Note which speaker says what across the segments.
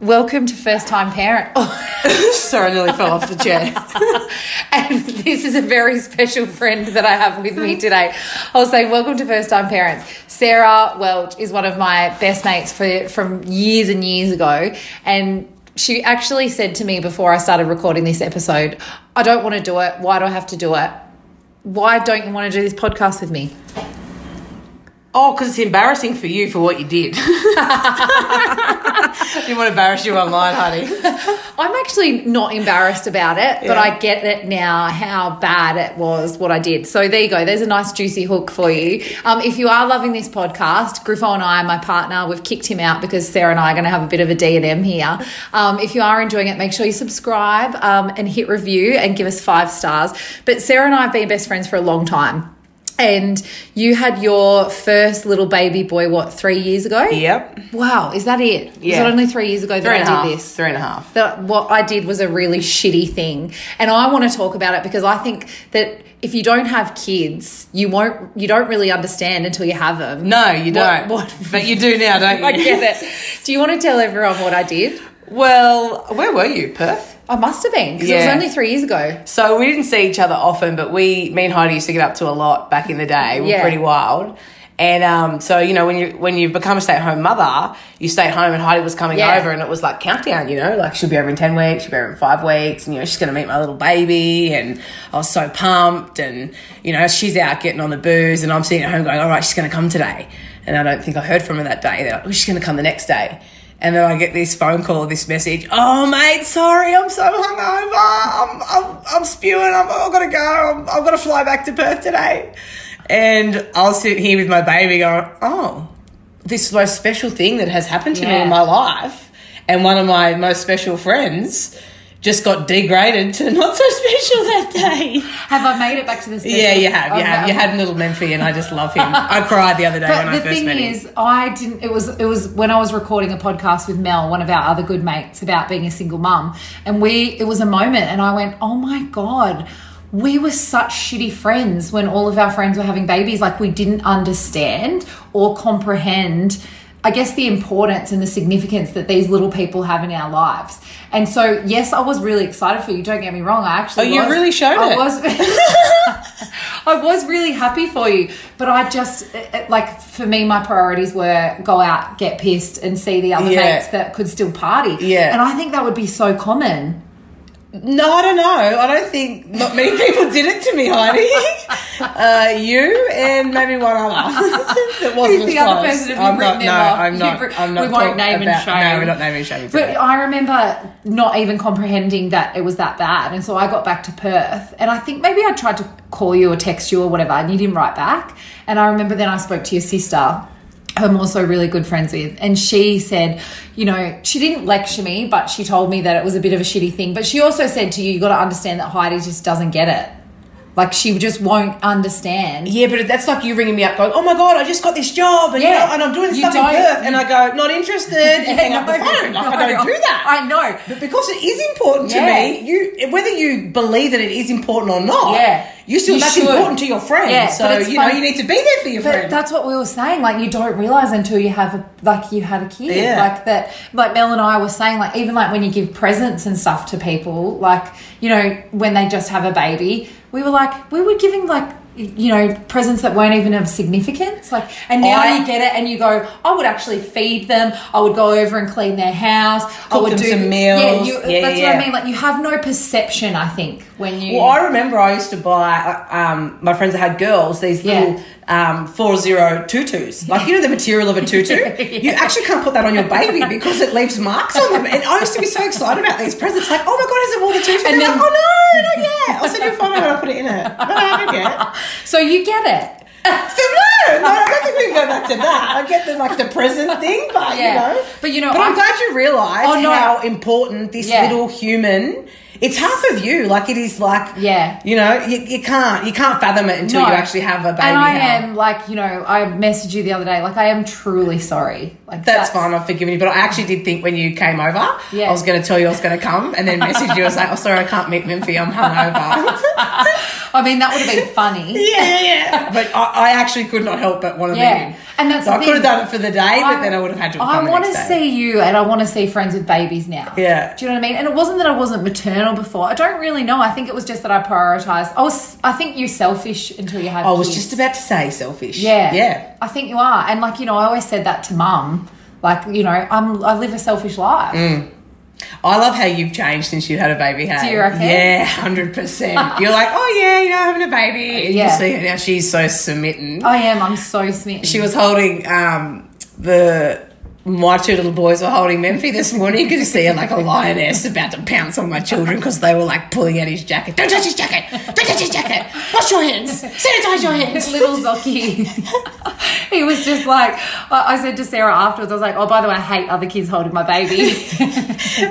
Speaker 1: Welcome to first time parent.
Speaker 2: Sorry, I nearly fell off the chair.
Speaker 1: and this is a very special friend that I have with me today. I'll say, welcome to First Time Parents. Sarah Welch is one of my best mates for, from years and years ago. And she actually said to me before I started recording this episode, I don't want to do it. Why do I have to do it? Why don't you want to do this podcast with me?
Speaker 2: Oh, because it's embarrassing for you for what you did. you want to embarrass you online, honey.
Speaker 1: I'm actually not embarrassed about it, but
Speaker 2: Yeah.
Speaker 1: I get it now how bad it was what I did. So there you go. There's a nice juicy hook for you. Um, if you are loving this podcast, Griffo and I, my partner, we've kicked him out because Sarah and I are going to have a bit of a D and M here. Um, if you are enjoying it, make sure you subscribe um, and hit review and give us five stars. But Sarah and I have been best friends for a long time. And you had your first little baby boy, what, three years ago?
Speaker 2: Yep.
Speaker 1: Wow, is that it?
Speaker 2: Yeah.
Speaker 1: Was it only three years ago that
Speaker 2: Three
Speaker 1: I
Speaker 2: and
Speaker 1: did
Speaker 2: a half.
Speaker 1: this?
Speaker 2: Three and a half.
Speaker 1: that what I did was a really shitty thing. And I want to talk about it because I think that if you don't have kids, you won't you don't really understand until you have them.
Speaker 2: No, you
Speaker 1: What-
Speaker 2: don't.
Speaker 1: what-
Speaker 2: But you do now, don't you?
Speaker 1: I get it. Do you want to tell everyone what I did?
Speaker 2: Well, where were you? Perth?
Speaker 1: I must have been because it
Speaker 2: Yeah.
Speaker 1: was only three years ago.
Speaker 2: So we didn't see each other often, but we, me and Heidi used to get up to a lot back in the day. We were
Speaker 1: Yeah.
Speaker 2: pretty wild. And um, so you know when you when you've become a stay at home mother, you stay at home and Heidi was coming
Speaker 1: Yeah.
Speaker 2: over and it was like countdown, you know, like she'll be over in ten weeks, she'll be over in five weeks, and you know she's gonna meet my little baby, and I was so pumped, and you know she's out getting on the booze, and I'm sitting at home going, all right, she's gonna come today, and I don't think I heard from her that day. They're like, oh, she's gonna come the next day. And then I get this phone call, this message. Oh, mate, sorry, I'm so hungover. I'm, I'm, I'm spewing. I'm, I've got to go. I'm, I've got to fly back to Perth today. And I'll sit here with my baby going, oh, this most special thing that has happened to me
Speaker 1: Yeah.
Speaker 2: in my life. And one of my most special friends just got degraded to not so special that day.
Speaker 1: Have I made it back to this?
Speaker 2: yeah, you have. You
Speaker 1: Oh,
Speaker 2: have.
Speaker 1: no.
Speaker 2: You had little Memphi, and I just love him. I cried the other day when
Speaker 1: But
Speaker 2: I
Speaker 1: the
Speaker 2: first
Speaker 1: thing
Speaker 2: met him.
Speaker 1: is, I didn't. It was it was when I was recording a podcast with Mel, one of our other good mates, about being a single mum, and we it was a moment, and I went, oh my god. We were such shitty friends when all of our friends were having babies. Like, we didn't understand or comprehend, I guess, the importance and the significance that these little people have in our lives. And so, yes, I was really excited for you. Don't get me wrong. I actually
Speaker 2: Oh, you
Speaker 1: was-
Speaker 2: really showed
Speaker 1: I
Speaker 2: it.
Speaker 1: was. I was really happy for you, but I just it- it- like for me, my priorities were go out, get pissed, and see the other
Speaker 2: Yeah.
Speaker 1: mates that could still party.
Speaker 2: Yeah.
Speaker 1: and I think that would be so common.
Speaker 2: No, I don't know. I don't think not many people did it to me, Heidi. uh, you and maybe one other that wasn't
Speaker 1: Who's the
Speaker 2: as
Speaker 1: other
Speaker 2: close.
Speaker 1: person? Have you
Speaker 2: I'm not.
Speaker 1: written
Speaker 2: No,
Speaker 1: them off?
Speaker 2: I'm not.
Speaker 1: You've writ-
Speaker 2: I'm not.
Speaker 1: we won't
Speaker 2: talking
Speaker 1: name and
Speaker 2: about-
Speaker 1: shame.
Speaker 2: No, we're not naming and shaming.
Speaker 1: But
Speaker 2: today.
Speaker 1: I remember not even comprehending that it was that bad, and so I got back to Perth, and I think maybe I tried to call you or text you or whatever, and you didn't write back. And I remember then I spoke to your sister. who I'm also really good friends with. And she said, you know, she didn't lecture me, but she told me that it was a bit of a shitty thing. But she also said to you, you got to understand that Heidi just doesn't get it. Like, she just won't understand.
Speaker 2: Yeah, but that's like you ringing me up going, "Oh my god, I just got this job, and you
Speaker 1: Yeah.
Speaker 2: know, and I'm doing
Speaker 1: You
Speaker 2: stuff in
Speaker 1: don't-
Speaker 2: Perth," and I go, "Not interested." and hang up the
Speaker 1: No,
Speaker 2: phone. Like, I
Speaker 1: no,
Speaker 2: don't do that.
Speaker 1: I know.
Speaker 2: But because it is important to
Speaker 1: Yeah.
Speaker 2: me, you whether you believe that it is important or not,
Speaker 1: Yeah.
Speaker 2: you still
Speaker 1: You
Speaker 2: that's
Speaker 1: should.
Speaker 2: important to your friends.
Speaker 1: Yeah,
Speaker 2: so
Speaker 1: but it's
Speaker 2: you
Speaker 1: fun-
Speaker 2: know you need to be there for your
Speaker 1: But
Speaker 2: friends.
Speaker 1: that's what we were saying. Like you don't realize until you have a like you had a kid.
Speaker 2: Yeah.
Speaker 1: Like that. Like Mel and I were saying. Like even like when you give presents and stuff to people. Like you know when they just have a baby. We were like we were giving like you know presents that weren't even of significance. Like and now
Speaker 2: I-
Speaker 1: you get it and you go. I would actually feed them. I would go over and clean their house. I
Speaker 2: Cook
Speaker 1: would
Speaker 2: them
Speaker 1: do
Speaker 2: some meals.
Speaker 1: Yeah, you,
Speaker 2: Yeah,
Speaker 1: that's
Speaker 2: yeah,
Speaker 1: what I
Speaker 2: yeah.
Speaker 1: mean. Like you have no perception. I think when you.
Speaker 2: Well, I remember I used to buy uh, um, my friends that had girls these
Speaker 1: Yeah.
Speaker 2: little um, four zero tutus, like you know the material of a tutu. You actually can't put that on your baby because it leaves marks on them. And I used to be so excited about these presents, like oh my god, is it all the tutu?
Speaker 1: And
Speaker 2: And
Speaker 1: then-
Speaker 2: like, oh no, not yet. I'll send you a photo and I'll put it in it. No, no, not yet.
Speaker 1: so you get it.
Speaker 2: So no, no, I don't think we can go back to that. I get the like the present thing, but
Speaker 1: Yeah.
Speaker 2: you know,
Speaker 1: But, you know,
Speaker 2: but
Speaker 1: I-
Speaker 2: I'm glad you realise
Speaker 1: Oh, no.
Speaker 2: how important this
Speaker 1: Yeah.
Speaker 2: little human. It's half of you. Like it is like
Speaker 1: Yeah.
Speaker 2: You know, you, you can't you can't fathom it until
Speaker 1: No.
Speaker 2: you actually have a baby.
Speaker 1: And I
Speaker 2: now.
Speaker 1: am like, you know, I messaged you the other day, like I am truly sorry. Like
Speaker 2: That's, fine. I've forgiven you. But I actually did think when you came over,
Speaker 1: Yeah.
Speaker 2: I was going to tell you I was going to come, and then message you. I was like, "Oh, sorry, I can't meet Memphi. I'm hungover."
Speaker 1: I mean, that would have been funny.
Speaker 2: Yeah, yeah, yeah. But I, I actually could not help but want to
Speaker 1: Yeah.
Speaker 2: meet him.
Speaker 1: And that's
Speaker 2: so
Speaker 1: the
Speaker 2: I could have
Speaker 1: thing.
Speaker 2: done it for the day, but then I would have had to. Have
Speaker 1: I
Speaker 2: done
Speaker 1: want
Speaker 2: the
Speaker 1: to
Speaker 2: next day.
Speaker 1: see you, and I want to see friends with babies now.
Speaker 2: Yeah.
Speaker 1: Do you know what I mean? And it wasn't that I wasn't maternal before. I don't really know. I think it was just that I prioritized. I was. I think you're selfish until you have.
Speaker 2: I was
Speaker 1: kids.
Speaker 2: just about to say selfish.
Speaker 1: Yeah.
Speaker 2: yeah.
Speaker 1: I think you are. And like, you know, I always said that to mum. Like, you know, I'm I live a selfish life.
Speaker 2: Mm. I love how you've changed since you had a baby. Hey?
Speaker 1: you reckon?
Speaker 2: Yeah, hundred percent. You're like, oh yeah, you know, having a baby. And
Speaker 1: Yeah. Oh.
Speaker 2: You see her now; she's so smitten.
Speaker 1: I am, I'm so smitten.
Speaker 2: She was holding um, the my two little boys were holding Memphi this morning. You could see her like a lioness about to pounce on my children because they were like pulling at his jacket. Don't touch his jacket! Don't touch his jacket! Wash your hands! Sanitize your hands!
Speaker 1: little Zoki. he was just like I, I said to Sarah afterwards, I was like, Oh, by the way, I hate other kids holding my baby.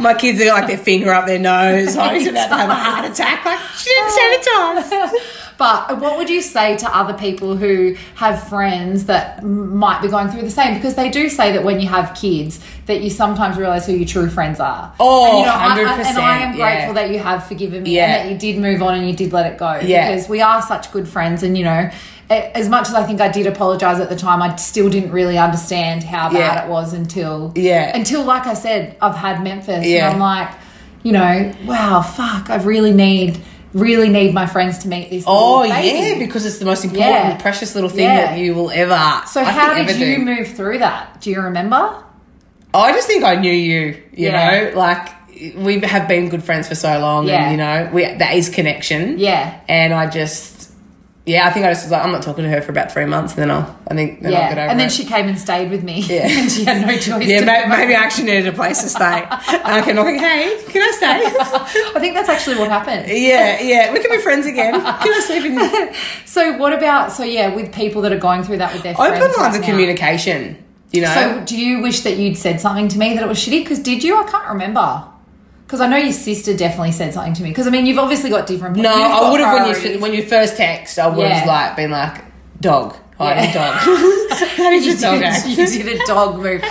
Speaker 2: My kids are like their finger up their nose. I was about to have a heart attack. Like she didn't
Speaker 1: Oh.
Speaker 2: sanitize.
Speaker 1: but what would you say to other people who have friends that m- might be going through the same? Because they do say that when you have kids, that you sometimes realize who your true friends are.
Speaker 2: Oh,
Speaker 1: and, I- I, and
Speaker 2: 100%,
Speaker 1: I am grateful
Speaker 2: yeah.
Speaker 1: that you have forgiven me
Speaker 2: Yeah.
Speaker 1: and that you did move on and you did let it go.
Speaker 2: Yeah.
Speaker 1: Because we are such good friends, and you know. a- As much as I think I did apologize at the time, I still didn't really understand how bad
Speaker 2: Yeah.
Speaker 1: it was until
Speaker 2: Yeah.
Speaker 1: until like I said, I've had Memphis,
Speaker 2: Yeah.
Speaker 1: and I'm like, you know, wow, fuck, I really need, really need my friends to meet this.
Speaker 2: Oh
Speaker 1: little baby.
Speaker 2: yeah, because it's the most important,
Speaker 1: Yeah.
Speaker 2: precious little thing
Speaker 1: Yeah.
Speaker 2: that you will ever.
Speaker 1: So
Speaker 2: I think,
Speaker 1: how
Speaker 2: ever
Speaker 1: did you
Speaker 2: do.
Speaker 1: move through that? Do you remember?
Speaker 2: I just think I knew you, you
Speaker 1: Yeah.
Speaker 2: know, like we have been good friends for so long
Speaker 1: Yeah.
Speaker 2: and you know, we that is connection.
Speaker 1: Yeah.
Speaker 2: And I just yeah, I think I just was like, I'm not talking to her for about three months and then I'll I think then I'll
Speaker 1: yeah,
Speaker 2: get over
Speaker 1: and then
Speaker 2: it.
Speaker 1: she came and stayed with me.
Speaker 2: Yeah.
Speaker 1: and she had no choice.
Speaker 2: yeah,
Speaker 1: to
Speaker 2: maybe, maybe I actually needed a place to stay. I can like, hey, can I
Speaker 1: I think that's actually what happened.
Speaker 2: stay? yeah, yeah, we can be friends again. Can I sleep in here?
Speaker 1: So what about? So yeah, with people that are going through that with their friends
Speaker 2: Open
Speaker 1: right
Speaker 2: lines of
Speaker 1: now.
Speaker 2: communication, you know.
Speaker 1: So do you wish that you'd said something to me that it was shitty? Because did you? I can't remember. Because I know your sister definitely said something to me. Because I mean, you've obviously got different.
Speaker 2: No,
Speaker 1: you've
Speaker 2: I
Speaker 1: got
Speaker 2: would have when you
Speaker 1: priorities.
Speaker 2: when you first text. I would
Speaker 1: Yeah.
Speaker 2: have like been like dog. I'm
Speaker 1: Yeah.
Speaker 2: a dog. that
Speaker 1: You
Speaker 2: is a dog.
Speaker 1: did-
Speaker 2: act.
Speaker 1: you did a dog move.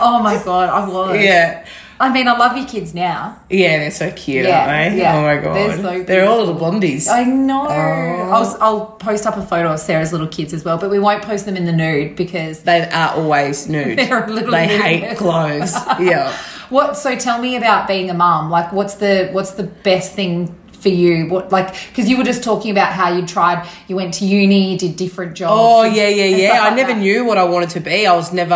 Speaker 1: Oh my god, I was.
Speaker 2: Yeah,
Speaker 1: I mean, I love your kids now.
Speaker 2: yeah, they're so cute,
Speaker 1: Yeah,
Speaker 2: aren't they?
Speaker 1: yeah.
Speaker 2: Oh my
Speaker 1: They're
Speaker 2: god,
Speaker 1: so
Speaker 2: they're, all little blondies.
Speaker 1: I know.
Speaker 2: Oh.
Speaker 1: I'll, I'll post up a photo of Sarah's little kids as well, but we won't post them in the nude because
Speaker 2: they are always nude.
Speaker 1: They're a little
Speaker 2: They
Speaker 1: nude.
Speaker 2: hate clothes. yeah.
Speaker 1: what? So tell me about being a mum. Like, what's the what's the best thing for you? What like because you were just talking about how you tried, you went to uni, did different jobs.
Speaker 2: Oh yeah, yeah,
Speaker 1: and
Speaker 2: yeah.
Speaker 1: stuff
Speaker 2: I
Speaker 1: like
Speaker 2: never
Speaker 1: that.
Speaker 2: knew what I wanted to be. I was never,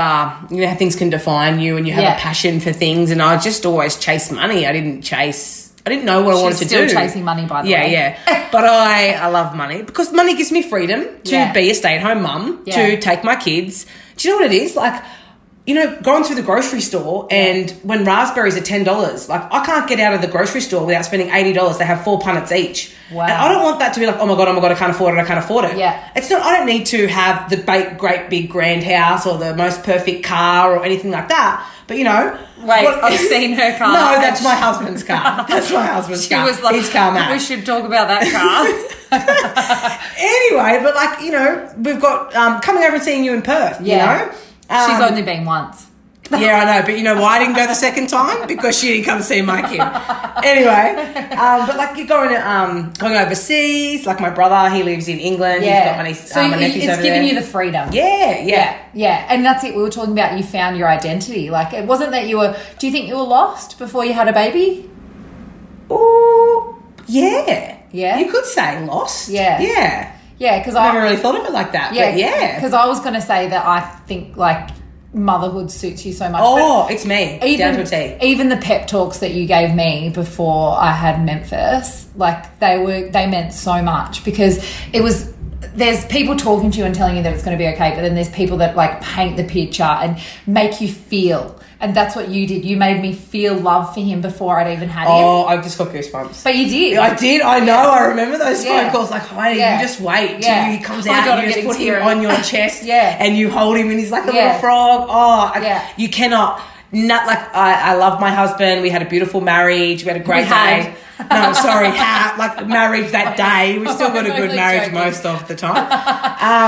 Speaker 2: you know, how things can define you, and you have
Speaker 1: Yeah.
Speaker 2: a passion for things. And I just always chased money. I didn't chase. I didn't know what I
Speaker 1: She's
Speaker 2: wanted to
Speaker 1: still
Speaker 2: do.
Speaker 1: chasing money, by the
Speaker 2: yeah,
Speaker 1: way.
Speaker 2: yeah. But I, I love money because money gives me freedom to
Speaker 1: Yeah.
Speaker 2: be a stay at home mum,
Speaker 1: Yeah.
Speaker 2: to take my kids. Do you know what it is? Like, you know, going through the grocery store and when raspberries are ten dollars, like I can't get out of the grocery store without spending eighty dollars. They have four punnets each.
Speaker 1: Wow.
Speaker 2: And I don't want that to be like, oh my god, oh my god, I can't afford it, I can't afford it.
Speaker 1: Yeah.
Speaker 2: It's not I don't need to have the ba- great big grand house or the most perfect car or anything like that. But you know
Speaker 1: Wait,
Speaker 2: what-
Speaker 1: I've seen her car.
Speaker 2: No, that's my husband's car. That's my husband's
Speaker 1: She
Speaker 2: car.
Speaker 1: was like, "Oh,
Speaker 2: He's car mad
Speaker 1: we should talk about that car.
Speaker 2: anyway, but like you know, we've got um, coming over and seeing you in Perth.
Speaker 1: Yeah.
Speaker 2: You know, Um,
Speaker 1: She's only been once.
Speaker 2: yeah, I know, but you know why I didn't go the second time because she didn't come see my kid. Anyway, um, but like you're going to, um, going overseas. Like my brother, he lives in England. He's got my niece,
Speaker 1: so
Speaker 2: um, my
Speaker 1: you-
Speaker 2: nephews
Speaker 1: it's
Speaker 2: over
Speaker 1: giving
Speaker 2: there.
Speaker 1: you the freedom.
Speaker 2: yeah, yeah.
Speaker 1: Yeah, yeah, and that's it. We were talking about you found your identity. Like it wasn't that you were. Do you think you were lost before you had a baby?
Speaker 2: Ooh, yeah,
Speaker 1: Yeah.
Speaker 2: You could say lost.
Speaker 1: Yeah.
Speaker 2: yeah.
Speaker 1: Yeah, because
Speaker 2: I
Speaker 1: I
Speaker 2: never really thought of it like that.
Speaker 1: yeah
Speaker 2: but yeah.
Speaker 1: because I was going to say that I think like motherhood suits you so much.
Speaker 2: oh, it's me
Speaker 1: but
Speaker 2: down to a T.
Speaker 1: even the pep talks that you gave me before I had Memphis, like they were they meant so much because it was. There's people talking to you and telling you that it's going to be okay, but then there's people that like paint the picture and make you feel. And that's what you did. You made me feel love for him before I'd even had him.
Speaker 2: Oh, I just got goosebumps.
Speaker 1: But you did.
Speaker 2: I did. I know. I remember those
Speaker 1: Yeah.
Speaker 2: phone calls. Like, Heidi,
Speaker 1: Yeah.
Speaker 2: you just wait till
Speaker 1: Yeah.
Speaker 2: he comes
Speaker 1: Oh my
Speaker 2: out.
Speaker 1: God,
Speaker 2: and
Speaker 1: I'm
Speaker 2: you just
Speaker 1: getting
Speaker 2: put
Speaker 1: teary.
Speaker 2: him on your chest.
Speaker 1: Yeah.
Speaker 2: And you hold him, and he's like a
Speaker 1: Yeah.
Speaker 2: little frog. Oh, I,
Speaker 1: Yeah.
Speaker 2: you cannot. Not like I, I love my husband. We had a beautiful marriage. We had a great
Speaker 1: had.
Speaker 2: day. No, sorry, ha, like marriage that day. We've still got a
Speaker 1: I'm
Speaker 2: good
Speaker 1: only
Speaker 2: marriage
Speaker 1: joking.
Speaker 2: most of the time.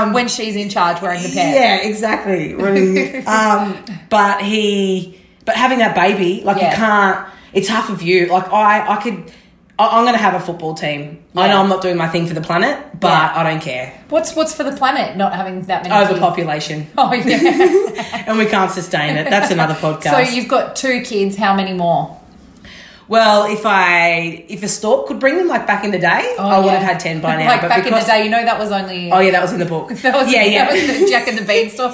Speaker 2: Um,
Speaker 1: when she's in charge wearing the pants.
Speaker 2: Yeah, exactly. Really. um, but he, but having that baby, like
Speaker 1: Yeah.
Speaker 2: you can't. It's half of you. Like I, I could. I- I'm going to have a football team. I
Speaker 1: Yeah.
Speaker 2: know I'm not doing my thing for the planet, but
Speaker 1: Yeah.
Speaker 2: I don't care.
Speaker 1: What's what's for the planet? Not having that many. kids?
Speaker 2: Overpopulation.
Speaker 1: Oh yeah.
Speaker 2: and we can't sustain it. That's another podcast.
Speaker 1: so you've got two kids. How many more?
Speaker 2: well, if I if a stork could bring them, like back in the day, I would
Speaker 1: Oh, yeah.
Speaker 2: have Oh, had ten by now.
Speaker 1: like
Speaker 2: but
Speaker 1: back
Speaker 2: because-
Speaker 1: in the day, you know that was only.
Speaker 2: Oh yeah, that was in the book.
Speaker 1: That was,
Speaker 2: yeah, yeah,
Speaker 1: That was the Jack and the Beanstalk.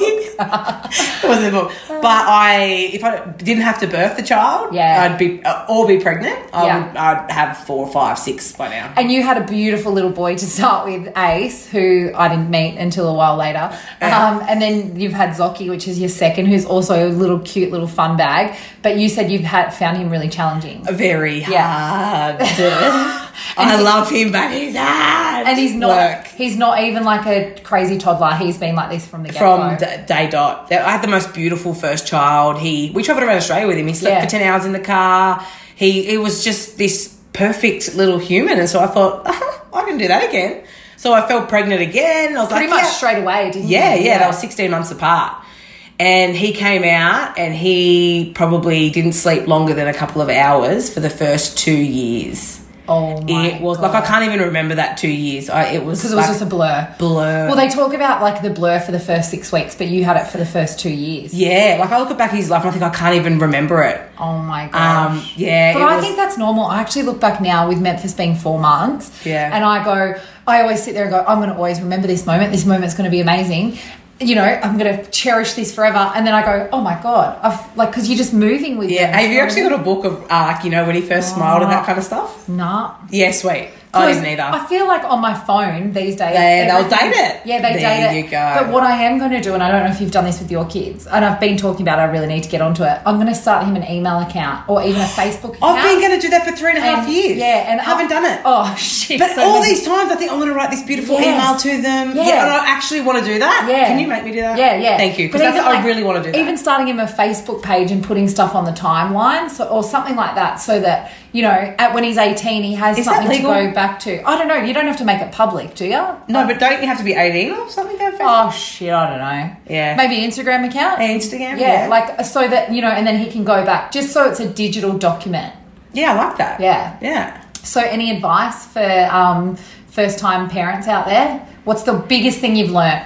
Speaker 2: that was in the book. But I, if I didn't have to birth the child,
Speaker 1: Yeah.
Speaker 2: I'd be uh, or be pregnant. I
Speaker 1: Yeah.
Speaker 2: would, I'd have four, five, six by now.
Speaker 1: And you had a beautiful little boy to start with, Ace, who I didn't meet until a while later.
Speaker 2: Uh-huh.
Speaker 1: Um, and then you've had Zoki, which is your second, who's also a little cute little fun bag. But you said you've had found him really challenging.
Speaker 2: Very
Speaker 1: Yeah.
Speaker 2: hard. I love him, but he's hard.
Speaker 1: And he's not
Speaker 2: Work.
Speaker 1: he's not even like a crazy toddler. He's been like this from the get
Speaker 2: From
Speaker 1: go.
Speaker 2: d- day dot, I had the most beautiful first child. He we travelled around Australia with him. He slept
Speaker 1: Yeah.
Speaker 2: for ten hours in the car. He it was just this perfect little human, and so I thought I can do that again. So I felt pregnant again. I was
Speaker 1: Pretty
Speaker 2: like,
Speaker 1: much
Speaker 2: yeah.
Speaker 1: straight away, didn't
Speaker 2: Yeah,
Speaker 1: you?
Speaker 2: yeah, they were 16 months apart. And he came out and he probably didn't sleep longer than a couple of hours for the first two years.
Speaker 1: Oh my
Speaker 2: it was like I can't even remember that two years. I, it was
Speaker 1: because it was
Speaker 2: like
Speaker 1: just a blur.
Speaker 2: blur.
Speaker 1: Well, they talk about like the blur for the first six weeks, but you had it for the first two years.
Speaker 2: yeah, like I look back at his life and I think I can't even remember it.
Speaker 1: Oh my gosh.
Speaker 2: Um, yeah,
Speaker 1: But
Speaker 2: it
Speaker 1: I
Speaker 2: was-
Speaker 1: think that's normal. I actually look back now with Memphis being four months.
Speaker 2: Yeah.
Speaker 1: And I go, I always sit there and go, I'm going to always remember this moment. This moment's going to be amazing. You know, I'm going to cherish this forever. And then I go, oh my God. I've like, because you're just moving with
Speaker 2: yeah.
Speaker 1: them.
Speaker 2: Have you actually got a book of uh, like you know when he first smiled and that kind of stuff?
Speaker 1: Nah.
Speaker 2: Yeah, sweet. I didn't either.
Speaker 1: Oh. I feel like on my phone these days,
Speaker 2: They- they'll
Speaker 1: everything-
Speaker 2: date it.
Speaker 1: Yeah, they
Speaker 2: There
Speaker 1: date it.
Speaker 2: you go.
Speaker 1: But what I am going to do, and I don't know if you've done this with your kids, and I've been talking about, it, I really need to get onto it. I'm going to start him an email account or even a Facebook account.
Speaker 2: I've been going to do that for three and a half
Speaker 1: And-
Speaker 2: years.
Speaker 1: Yeah, and
Speaker 2: haven't
Speaker 1: I-
Speaker 2: done it.
Speaker 1: Oh shit!
Speaker 2: But
Speaker 1: so
Speaker 2: all
Speaker 1: many-
Speaker 2: these times, I think I'm going to write this beautiful
Speaker 1: Yes.
Speaker 2: email to them.
Speaker 1: Yeah.
Speaker 2: Yeah. and I actually want to do that.
Speaker 1: Yeah.
Speaker 2: Can you make me do that?
Speaker 1: Yeah, yeah.
Speaker 2: Thank you.
Speaker 1: But
Speaker 2: Because that's
Speaker 1: even
Speaker 2: I
Speaker 1: like-
Speaker 2: really want to do that.
Speaker 1: Even starting him a Facebook page and putting stuff on the timeline, so or something like that, so that you know, at when he's eighteen, he has
Speaker 2: Is that
Speaker 1: something to
Speaker 2: legal?
Speaker 1: go back to. I don't know. You don't have to make it public, do you?
Speaker 2: no, but don't you have to be 18 or something? Go Facebook?
Speaker 1: Oh shit! I don't know.
Speaker 2: Yeah.
Speaker 1: Maybe Instagram account.
Speaker 2: Instagram.
Speaker 1: Oh. yeah, like so that you know, and then he can go back just so it's a digital document.
Speaker 2: yeah, I like that.
Speaker 1: Yeah.
Speaker 2: yeah.
Speaker 1: So, any advice for um, first time parents out there? What's the biggest thing you've learnt?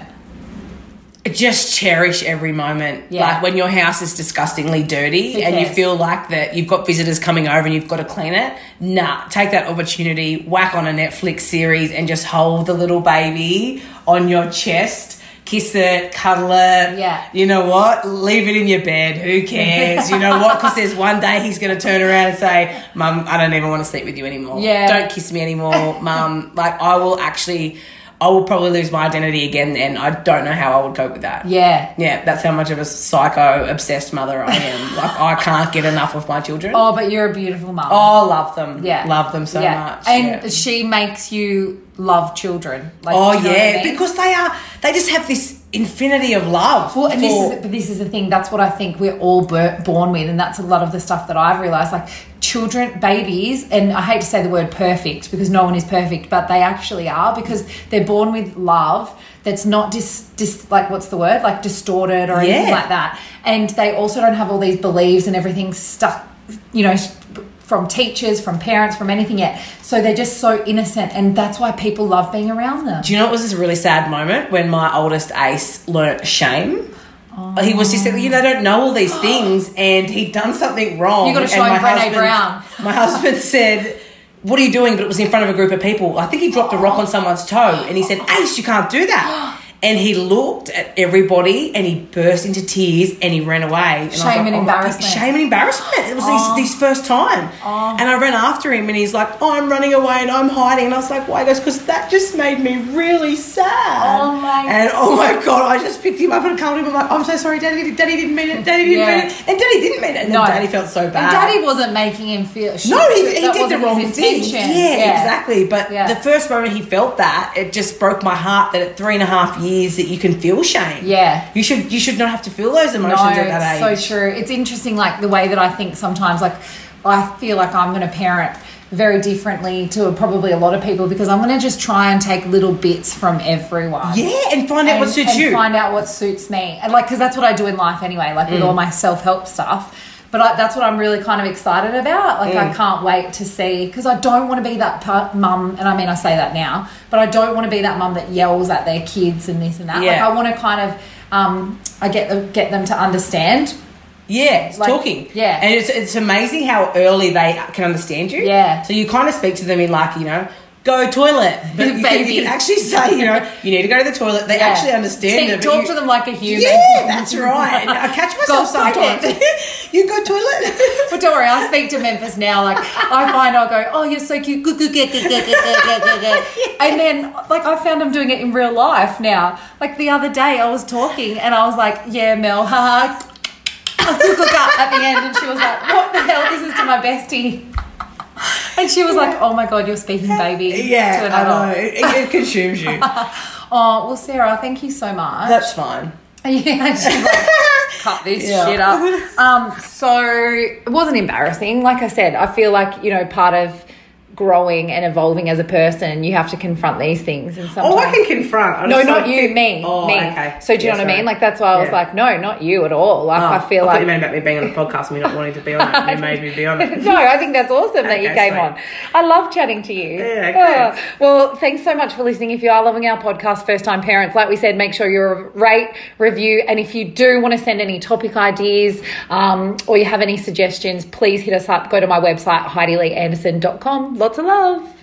Speaker 2: Just cherish every moment.
Speaker 1: Yeah.
Speaker 2: Like when your house is disgustingly dirty
Speaker 1: Who
Speaker 2: and you
Speaker 1: cares?
Speaker 2: feel like that you've got visitors coming over and you've got to clean it. Nah, take that opportunity, whack on a Netflix series and just hold the little baby on your chest. Kiss it, cuddle it.
Speaker 1: Yeah.
Speaker 2: You know what? Leave it in your bed. Who cares? You know what? Because there's one day he's going to turn around and say, Mum, I don't even want to sleep with you anymore.
Speaker 1: Yeah.
Speaker 2: Don't kiss me anymore, mum. Like, I will actually, I will probably lose my identity again then. I don't know how I would cope with that.
Speaker 1: Yeah.
Speaker 2: Yeah, that's how much of a psycho obsessed mother I am. like, I can't get enough of my children. Oh,
Speaker 1: Oh, but you're a beautiful mum.
Speaker 2: love them.
Speaker 1: yeah.
Speaker 2: Love them so
Speaker 1: Yeah.
Speaker 2: much.
Speaker 1: And
Speaker 2: Yeah.
Speaker 1: she makes you love children. Like,
Speaker 2: Oh,
Speaker 1: do you know what I
Speaker 2: yeah.
Speaker 1: mean?
Speaker 2: Because they are, they just have this infinity of love.
Speaker 1: Well, and this
Speaker 2: for-
Speaker 1: is but this is the thing. That's what I think we're all bur- born with, and that's a lot of the stuff that I've realised. Like children, babies, and I hate to say the word perfect because no one is perfect, but they actually are because they're born with love that's not dis, dis like what's the word like distorted or anything
Speaker 2: Yeah.
Speaker 1: like that, and they also don't have all these beliefs and everything stuck, you know. s- From teachers, from parents, from anything yet. So they're just so innocent, and that's why people love being around them.
Speaker 2: Do you know it was this really sad moment when my oldest ace learnt shame? He was just, you know, I don't know all these things, and he'd done something wrong.
Speaker 1: You gotta
Speaker 2: and
Speaker 1: show him
Speaker 2: my
Speaker 1: Brené
Speaker 2: husband-
Speaker 1: Brown.
Speaker 2: My husband said, "What are you doing?" But it was in front of a group of people. I think he dropped a rock on someone's toe, and he said, "Ace, you can't do that." And he looked at everybody, and he burst into tears, and he ran away. And I was
Speaker 1: Shame and
Speaker 2: "Oh my-
Speaker 1: embarrassment."
Speaker 2: Shame and embarrassment. It was
Speaker 1: Oh.
Speaker 2: his, his first time, and I ran after him, and he's like, "Oh, I'm running away, and I'm hiding." And I was like, "Why?" He goes, "Because that just made me really sad."
Speaker 1: Oh my
Speaker 2: And oh my god, I just picked him up and cuddled him. I'm like, "I'm so sorry, Daddy. Daddy didn't mean it. Daddy didn't
Speaker 1: Yeah.
Speaker 2: mean it." And Daddy didn't mean it. And then Daddy felt so bad.
Speaker 1: And Daddy wasn't making him feel. Shit.
Speaker 2: No, he, he
Speaker 1: That
Speaker 2: did the
Speaker 1: wasn't
Speaker 2: wrong
Speaker 1: his
Speaker 2: thing. Yeah,
Speaker 1: intention.
Speaker 2: exactly. But
Speaker 1: Yeah.
Speaker 2: the first moment he felt that, it just broke my heart that at three and a half years that you can feel shame.
Speaker 1: Yeah.
Speaker 2: You should you should not have to feel those emotions
Speaker 1: No,
Speaker 2: at that age.
Speaker 1: it's so true. It's interesting, like the way that I think sometimes. Like I feel like I'm going to parent very differently to probably a lot of people because I'm going to just try and take little bits from everyone.
Speaker 2: yeah, and find out what
Speaker 1: and-
Speaker 2: suits
Speaker 1: and
Speaker 2: you. Mm.
Speaker 1: Find out what suits me, and like because that's what I do in life anyway. Like with all my self help stuff, But I, that's what I'm really kind of excited about. Like,
Speaker 2: Mm.
Speaker 1: I can't wait to see because I don't want to be that per- mum, and I mean, I say that now, but I don't want to be that mum that yells at their kids and this and that.
Speaker 2: Yeah.
Speaker 1: Like, I want to kind of, um, I get them, get them to understand.
Speaker 2: Yeah, it's
Speaker 1: Like,
Speaker 2: talking.
Speaker 1: yeah.
Speaker 2: and it's it's amazing how early they can understand you.
Speaker 1: Yeah.
Speaker 2: so you kind of speak to them in like you know. Go toilet, but you, can,
Speaker 1: Baby.
Speaker 2: you can actually say, you know, you need to go to the toilet. They
Speaker 1: Yeah.
Speaker 2: actually understand
Speaker 1: Speak-
Speaker 2: it. but
Speaker 1: Talk
Speaker 2: you-
Speaker 1: to them like a human.
Speaker 2: Yeah, that's right. I catch myself
Speaker 1: Go toilet.
Speaker 2: sometimes. you go toilet.
Speaker 1: But don't worry, I speak to Memphis now. Like I find I'll go, oh, you're so cute, good, good, good, good, good, good, good, good, good. and then like I found I'm doing it in real life now. Like the other day, I was talking and I was like, yeah, Mel, haha, good, good, good, at the end, and she was like, what the hell? This is to my bestie. And she was like, "Oh my God, you're speaking, baby."
Speaker 2: yeah,
Speaker 1: to an
Speaker 2: I know.
Speaker 1: adult.
Speaker 2: It, it consumes you.
Speaker 1: Oh well, Sarah, thank you so much.
Speaker 2: That's fine.
Speaker 1: Yeah, she's like, cut this
Speaker 2: Yeah.
Speaker 1: shit up. Um, so it wasn't embarrassing. Like I said, I feel like, you know, part of growing and evolving as a person, you have to confront these things. And sometimes,
Speaker 2: Oh, I can confront. I
Speaker 1: no,
Speaker 2: just
Speaker 1: not
Speaker 2: don't
Speaker 1: you,
Speaker 2: think-
Speaker 1: me,
Speaker 2: Oh,
Speaker 1: me.
Speaker 2: okay.
Speaker 1: So do you
Speaker 2: Yeah,
Speaker 1: know what I
Speaker 2: sorry.
Speaker 1: mean? Like that's why I was
Speaker 2: Yeah.
Speaker 1: like, no, not you at all. Like
Speaker 2: Oh,
Speaker 1: I feel
Speaker 2: thought
Speaker 1: like
Speaker 2: you meant about me being on the podcast and me not wanting to be on it. You made me be on it.
Speaker 1: no, I think that's awesome that you
Speaker 2: Okay,
Speaker 1: came
Speaker 2: sweet.
Speaker 1: on. I love chatting to you.
Speaker 2: Yeah,
Speaker 1: Oh,
Speaker 2: good.
Speaker 1: well, thanks so much for listening. If you are loving our podcast, First Time Parents, like we said, make sure you rate, review, and if you do want to send any topic ideas um, or you have any suggestions, please hit us up. Go to my website, HeidiLeeAnderson.com. Lots of love.